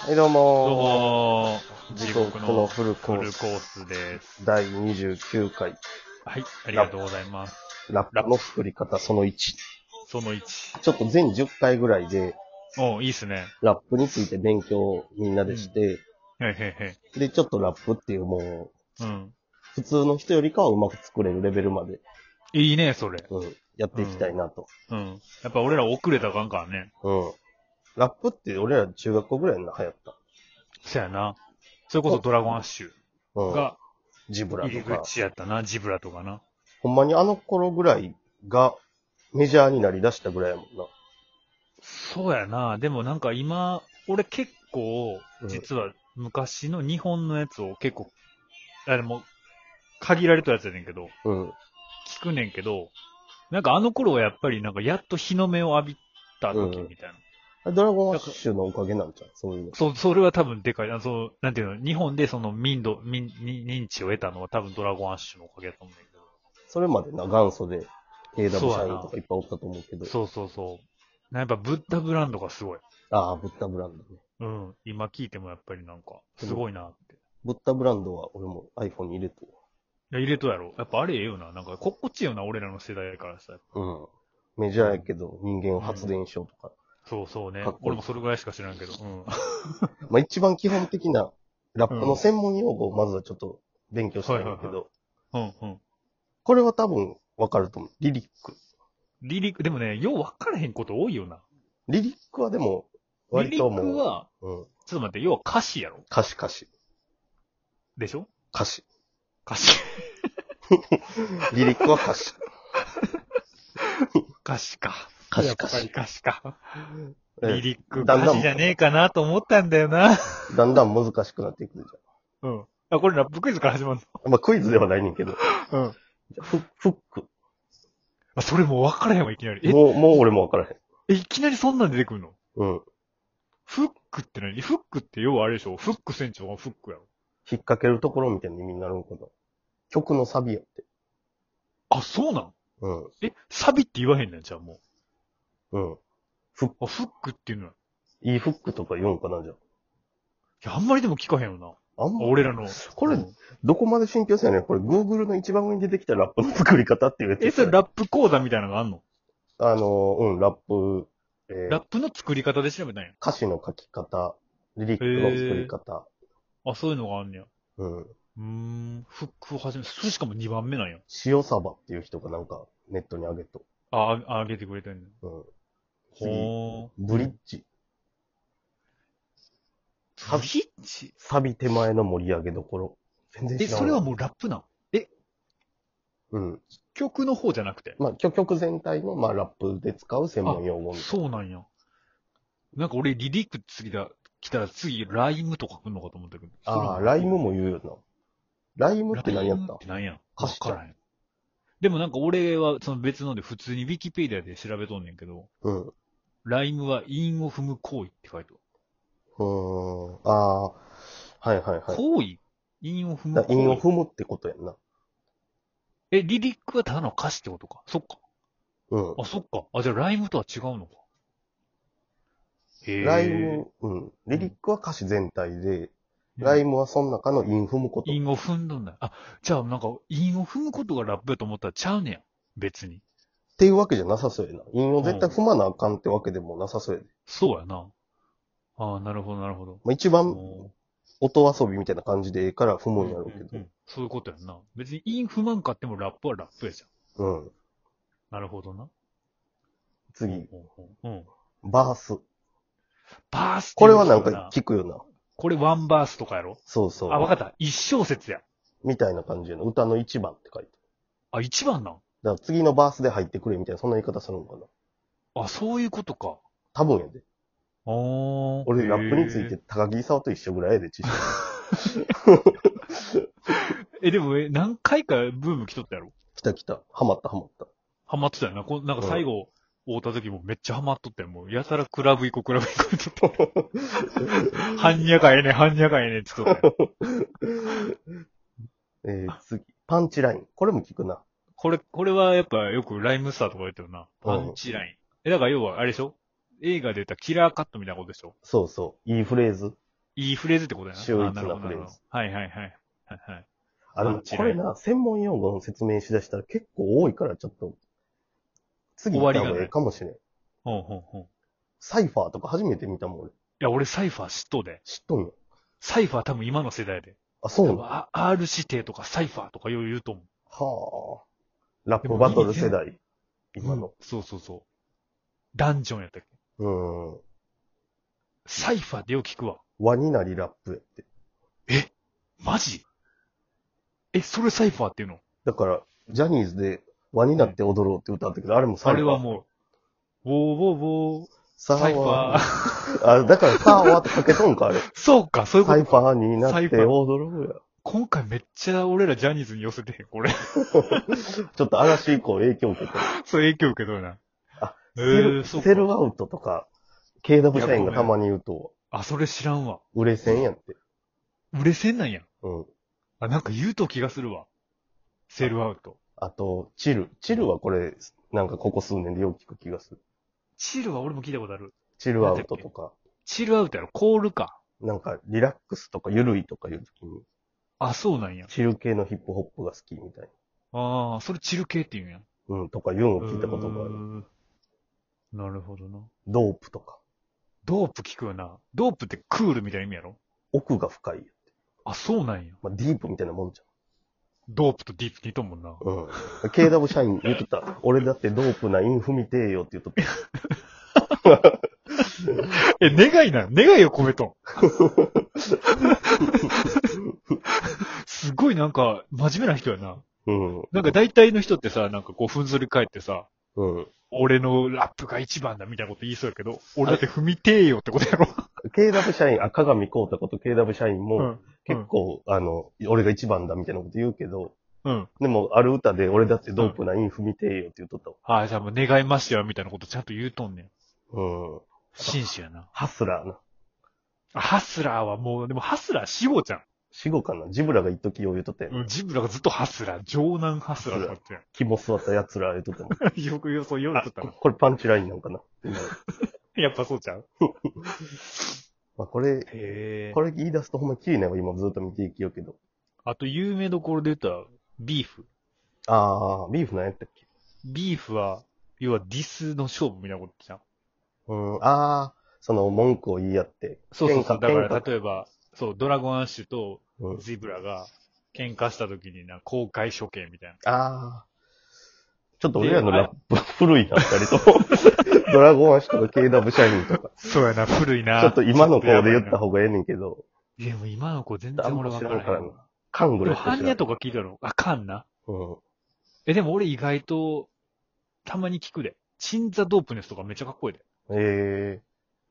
はい、どうどうももー、地獄地獄ののフフルルココースースです。第29回、はい、ありがとうございます。ラップの作り方その1。ちその1。ょっと全10回ぐらいで、おういいっすね。ラップについて勉強をみんなでして、へいへで、ちょっとラップっていうもう、いへい。うん。普通の人よりかはうまく作れるレベルまで、いいね、それ。うん、やっていきたいなと。うん。やっぱ俺ら遅れたらあかんからね。うん。ラップって俺ら中学校ぐらいに流行った。そやな。それこそドラゴンアッシュうん。がジブラ入とりか。口やったな、ジブラとかな。ほんまにあの頃ぐらいがメジャーになりだしたぐらいやもんな。そうやな。でもなんか今、俺結構、実は昔の日本のやつを結構、あれも、限られたやつやねんけど、うん。聞くねんけど、なんかあの頃はやっぱりなんかやっと日の目を浴びた時みたいな。ドラゴンアッシュのおかげなんちゃうそういうの。そう、それは多分でかいな。そう、なんていうの、日本でその民度、民、に認知を得たのは多分ドラゴンアッシュのおかげだと思うんだけど。それまでな、元祖で、KW 社そうやな員とかいっぱいおったと思うけど。そうそうそう。なやっぱブッダブランドがすごい。ああ、ブッダブランドね。うん。今聞いてもやっぱりなんか、すごいなって。ブッダブランドは俺も iPhone に入れてる。いや、入れとやろ。やっぱあれええよな。なんか、心地いいよな、俺らの世代からしたら。うん。メジャーやけど、人間発電所とか。そうそうねかっこいい。俺もそれぐらいしか知らんけど。うん。はまあ一番基本的なラップの専門用語をまずはちょっと勉強したいんだはいけはいはど、うんうん。これは多分わかると思う。リリック。リリック、でもね、よう分からへんこと多いよな。リリックはでも、リ割リとッもう、クは、うん、ちょっと待って、要は歌詞やろ。歌詞歌詞。でしょ歌詞。歌詞。リリックは歌詞。歌詞か。歌詞やっぱ歌詞り歌詞か。え リリック、だんだん歌詞じゃねえかなと思ったんだよな。だんだん難しくなっていくじうん。あ、これラップクイズから始まるゃん。まあクイズではないねんけど。の。うん。フフック。あ、それもう分からへんわ、いきなり。えもう、もう俺もわからへん。え、いきなりそんなん出てくるのうん。フックって何フックって要はあれでしょフック船長がフックやろ。引っ掛けるところみたいな意味になるんかな。曲のサビやって。あ、そうなんうん。え、サビって言わへんねん、じゃあもうん。う。あ、フックっていうのは。いいフックとか言うんかな、じゃいや、あんまりでも聞かへんよな。あ。あんま、俺らの。これうんどこまで信憑性やねん。これ、Google の一番上に出てきたラップの作り方っていうやつ。え、それラップ講座みたいなのがあんのあの、うん、ラップ、えーラップの作り方で調べたんや。歌詞の書き方、リリックの作り方。あ、そういうのがあんねや。うん。うーん、フックを始め、それしかも2番目なんや。塩サバっていう人がなんか、ネットに上げと。あ、ああげてくれてんねん。うん。次ほー。ブリッジ。ブリッジサビ手前の盛り上げどころ。全然え、知らんわそれはもうラップなんうん。曲の方じゃなくて。まあ、曲曲全体の、まあ、ラップで使う専門用語みたいなそうなんや。なんか俺、リリック次だ、来たら次、ライムとか来んのかと思ったけど。ああ、ライムも言うよな。ライムって何やっライムたって何や歌わ詞からへん。でもなんか俺は、その別ので普通にウィキペディアで調べとんねんけど、うん。うライムは韻を踏む行為って書いてーん。ああー、はいはいある。はい。行為韻を踏むだ韻を行為。踏むってことやんな。え、リリックはただの歌詞ってことか。そっか。うん。あ、そっか。あ、じゃあライムとは違うのか。へえ。ライム、うん。リリックは歌詞全体で、ライムはその中の韻踏むこと。韻を踏んどんだ。あ、じゃあなんか、韻を踏むことがラップやと思ったらちゃうねや。別に。っていうわけじゃなさそうやな。韻を絶対踏まなあかんってわけでもなさそうやで。そうやな。ああ、なるほど、なるほど。まあ、一番も音遊びみたいな感じでええから踏うむんやろうけうんうんうんそういうことやんな。別に韻踏まんかってもラップはラップやじゃど。ん。うん。なるほどな。次、うんうん。バース。バースってこいうれのはなんそうやか聞くよな。これワンバースとかやろそうそう。あ、わかった。一小節や。みたいな感じの歌の一番って書いて。あ、一番なだんから次のバースで入ってくれみたいな、そんな言い方するのかな。あ、そういうことか。多分やで。おー。俺、ラップについへてー。高木勲と一緒ぐらいやで、知識。え、でも、え、何回かブーム来とったやろ来た来た。ハマったハマった。ハマってたよな。こんなんか最後、会うた時もめっちゃハマっとったよ。もう、やたらクラブ行こう、クラブ行こうって言っとった。半夜かええねん、半夜かええねんって言っとったよ。えー、次。パンチライン。これも聞くな。これ、これはやっぱよくライムスターとか言ってるな。パンチライン。え、だから要は、あれでしょ映画で言ったらキラーカットみたいなことでしょそうそう。いいフレーズ。いいフレーズってことやな。秀逸なあるほどフレーズ。なるほどはいはいはい。はいはい。あ、でもこれな、専門用語の説明しだしたら結構多いからちょっと、次行った方がいいかもしれん。ほうほうほう。いサイファーとか初めて見たもん俺。や、俺サイファー知っとうで。知っとんよ。サイファー多分今の世代で。あ、そうなのはあ R 指定とかサイファーとかよう言うと思う。あ。ラップバトル世代。今うんの。そうそうそう。ダンジョンやったっけうん。サイファーでよう聞くわ。輪になりラップやって。マジえ、それサイファーっていうのだから、ジャニーズで輪になって踊ろうって歌あったけど、あれもサイあファれー。はもう、ウォーウォーウォー、ササーイフワァー。ー。 あ、だからサーワーってかけとんか、あれ。そうか、そういうこサイと。ファーになって踊ろう今回めっちゃ俺らジャニーズに寄せてへん、 これ。や。ちょっと嵐以降影響を受けて。そう影響受け取るな。あ、えセルー、そうセルか。アウトとか、KW 社員がたまに言うと、あ、それ知らんわ。売れ線やって。売れ線なんや。うん。あ、なんか言うと気がするわ。セルアウト。あと、チル。チルはこれ、なんかここ数年でよく聞く気がする。チルは俺も聞いたことある。チルアウトとか、チルアウトやろコールか。なんかリラックスとかゆるいとかいうときに、あ、そうなんや。チル系のヒップホップが好きみたいああ、それチル系って言うんや。な。うん、とかいうのを聞いたことがあうーる。んなるほどな。ドープとか、ドープ聞くよな。ドープってクールみたいな意味やろ奥が深い。あ、そうなんや。まあ、ディープみたいなもんじドープとディープ似とんもんな。ゃん。うん。KW 社員言ってた。俺だってドープなインフミてえよって言っとった。 え、願いなの願いを込めとん。すごいなんか、真面目な人やな。うん。なんか大体の人ってさ、なんかこう、ふんぞり返ってさ、うん。俺のラップが一番だみたいなこと言いそうやけど、俺だって踏みてえよってことやろ。 KW 社員、あ、加賀美光太こと KW 社員も、うん。結構、あの、俺が一番だみたいなこと言うけど、うん。でも、ある歌で、俺だってドープなインフ見てえよって言っとったわ。ああ、じゃあもう願いましたよみたいなことちゃんと言うとんねん。うん。紳士やな。ハスラーな。あハスラーはもう、でもハスラー死後じゃん。死後かなジブラが一時よう言うとったやん。うん、ジブラがずっとハスラー、城南ハスラーとかって肝座った奴ら言うとったもん。 やん。 よく言う、そう言うのとったこな。これパンチラインなんかな。今 やっぱそうちゃうまあ、これ、へえこ。れ言い出すとほんまきりないわ、今ずっと見ていきようけど。あと、有名どころで言ったら、ビーフ。あー、ビーフなんやったっけビーフは、要はディスの勝負みたいなことじゃん。うん、あー、その文句を言い合って。そうそうそう。喧だ嘩から、喧嘩例えば、そう、ドラゴンアッシュとうん、ジブラが喧嘩した時にな、公開処刑みたいな。あー。ちょっと俺らのラップ古いな、二人と も。ドラゴンアッシュとか KW 社員とか。そうやな、古いな。ちょっと今の子で言やっばいたな方がええねんけど。いや、もう今の子全あん然ま俺知わからんらからないな。。カンぐらでも、いしか般知ら若ん。とか聞いたのあかんな。うん。え、でも俺意外と、たまに聞くで。チンザドープネスとかめっちゃかっこいいで。え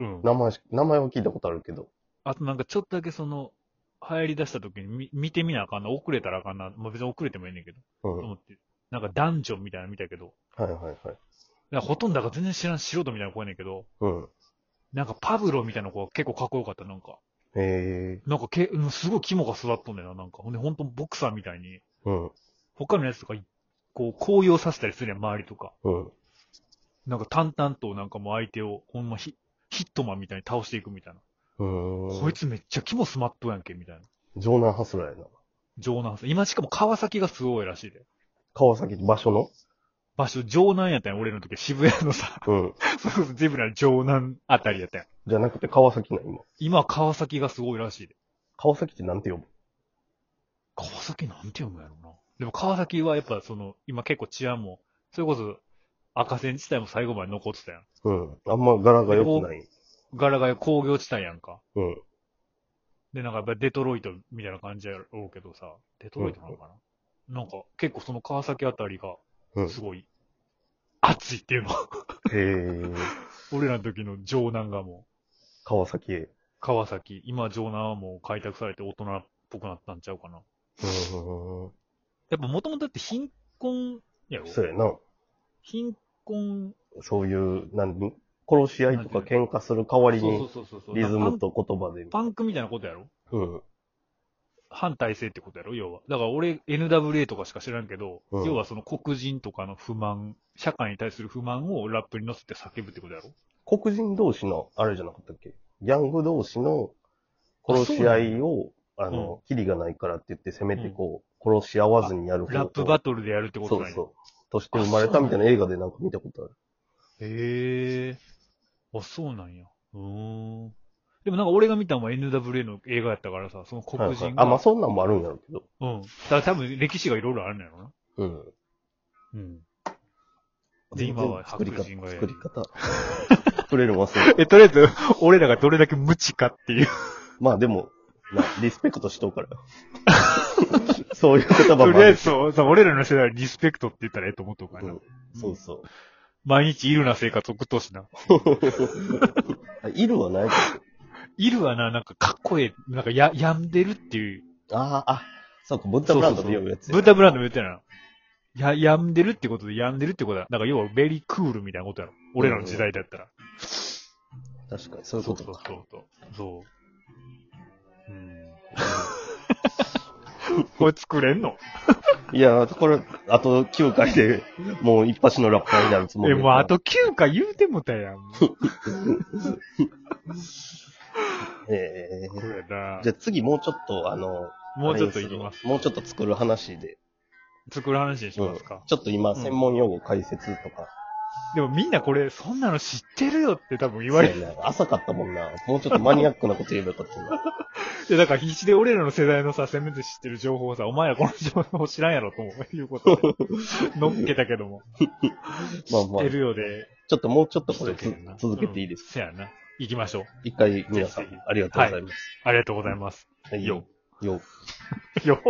えうん。名前し、名前は聞いたことあるけど。あとなんかちょっとだけその、流行り出した時に見見てみなあかんな。遅れたらあかんな。まあ、別に遅れてもいいねんけど。うん。とはい思って。なんかダンジョンみたいなの見たけど。はいはい。なんかほとんどが全然知らん素人みたいな子やねんけど。うん。なんかパブロみたいな子は結構かっこよかった。なんか。ええなんかけ、うんすごい肝が育っとんだよな。なんか。ほんで、ほんとボクサーみたいに。うん。他のやつとか、こう、高揚させたりするやん、周りとか。うん。なんか淡々となんかもう相手を、ほんまヒヒットマンみたいに倒していくみたいな。うん。こいつめっちゃ肝スマットやんけ、みたいな。城南ハスラーやな。城南さん。今しかも川崎がすごいらしいで。川崎場所の場所、城南やったんや、俺の時。渋谷のさ、 うん。それこそゼブラの城南あたりやったんや。じゃなくて川崎な、今。今は川崎がすごいらしいで。川崎ってなんて呼ぶ川崎なんて読むんやろうな。でも川崎はやっぱその、今結構治安も、それこそ赤線地帯も最後まで残ってたやん。うん。あんま柄が良くない。柄が工業地帯やんか。うん。で、なんかやっぱりデトロイトみたいな感じやろうけどさ、デトロイトなのかな、なんか結構その川崎あたりがうん。へすごい熱いっていうの。え。俺らの時の城南がもう、川崎へ。川崎、今城南はもう開拓されて大人っぽくなったんちゃうかな。うん。やっぱもともとだって貧困やろそうやな。貧困、そういう、何殺し合いとか喧嘩する代わりそうに、そうそうそう。リズムと言葉で。パン。パンクみたいなことやろうん。反体制ってことやろ要は。だから俺 NWA とかしか知らんけど、うん要はその黒人とかの不満、社会に対する不満をラップに乗せて叫ぶってことやろ黒人同士の、あれじゃなかったっけギャング同士の殺し合いを、あなんやの、キリがないからって言って、せめてこう、殺し合わずにやる方ラップバトトルでやるってこそとうなんや。そう。として生まれたみたいな映画でなんか見たことある。へえ。あ、そうなんや。うーん。でもなんか俺が見たのは NWA の映画やったからさ、そのは黒人が。いはいあ、まあそんなんもあるんやろうけど。うん。だから多分歴史がいろいろあるんやろな。うん。うん。で今は作り白方、人がや作るり方。作れるもんする。 え、とりあえず、俺らがどれだけ無知かっていう。まあでも、なリスペクトしと うから。そういう言葉もとある。りあえずそう、そう、俺らの世代はリスペクトって言ったらええと思っとうからうな。んそうそう。 毎日いるな生活送っとうしな。あいるはないけいるわな、なんかかっこええ、なんかや、病んでるっていう。ど。ああ、あ、そうか、ブッダブランドで呼ぶやつやブータブランドも言ってたな。や、病んでるってことで病んでるってことだ。なんか要はベリークールみたいなことやろ。俺らの時代だったら。確かに、そういうこそうそとうか。そうそう。そう。うん。これ作れんのいや、これ、あと9回で、もう一発のラッパーになるつもりやえ、からもうあと9回言うてもたやん。もうえこれだーじゃあ次もうちょっと、あの、もうちょっとあれいにきます。るわもうちょっと作る話で。作る話にしうんますか。ちょっと今、うん専門用語解説とか。でもみんなこれ、そんなの知ってるよって多分言われる。そうやな浅かったもんな。もうちょっとマニアックなこと言えばよかったな。いや、だから必死で俺らの世代のさ、せめて知ってる情報をさ、お前らこの情報知らんやろと思ういうこ とで、乗っけたけども。まあまあ 知ってるようで、ちょっともうちょっとこ知れっとけんな続けていいですうんせやな。行きましょう。か一回皆さんぜひぜありがとうございます。ありがとうございます。はいよ。よ。よ。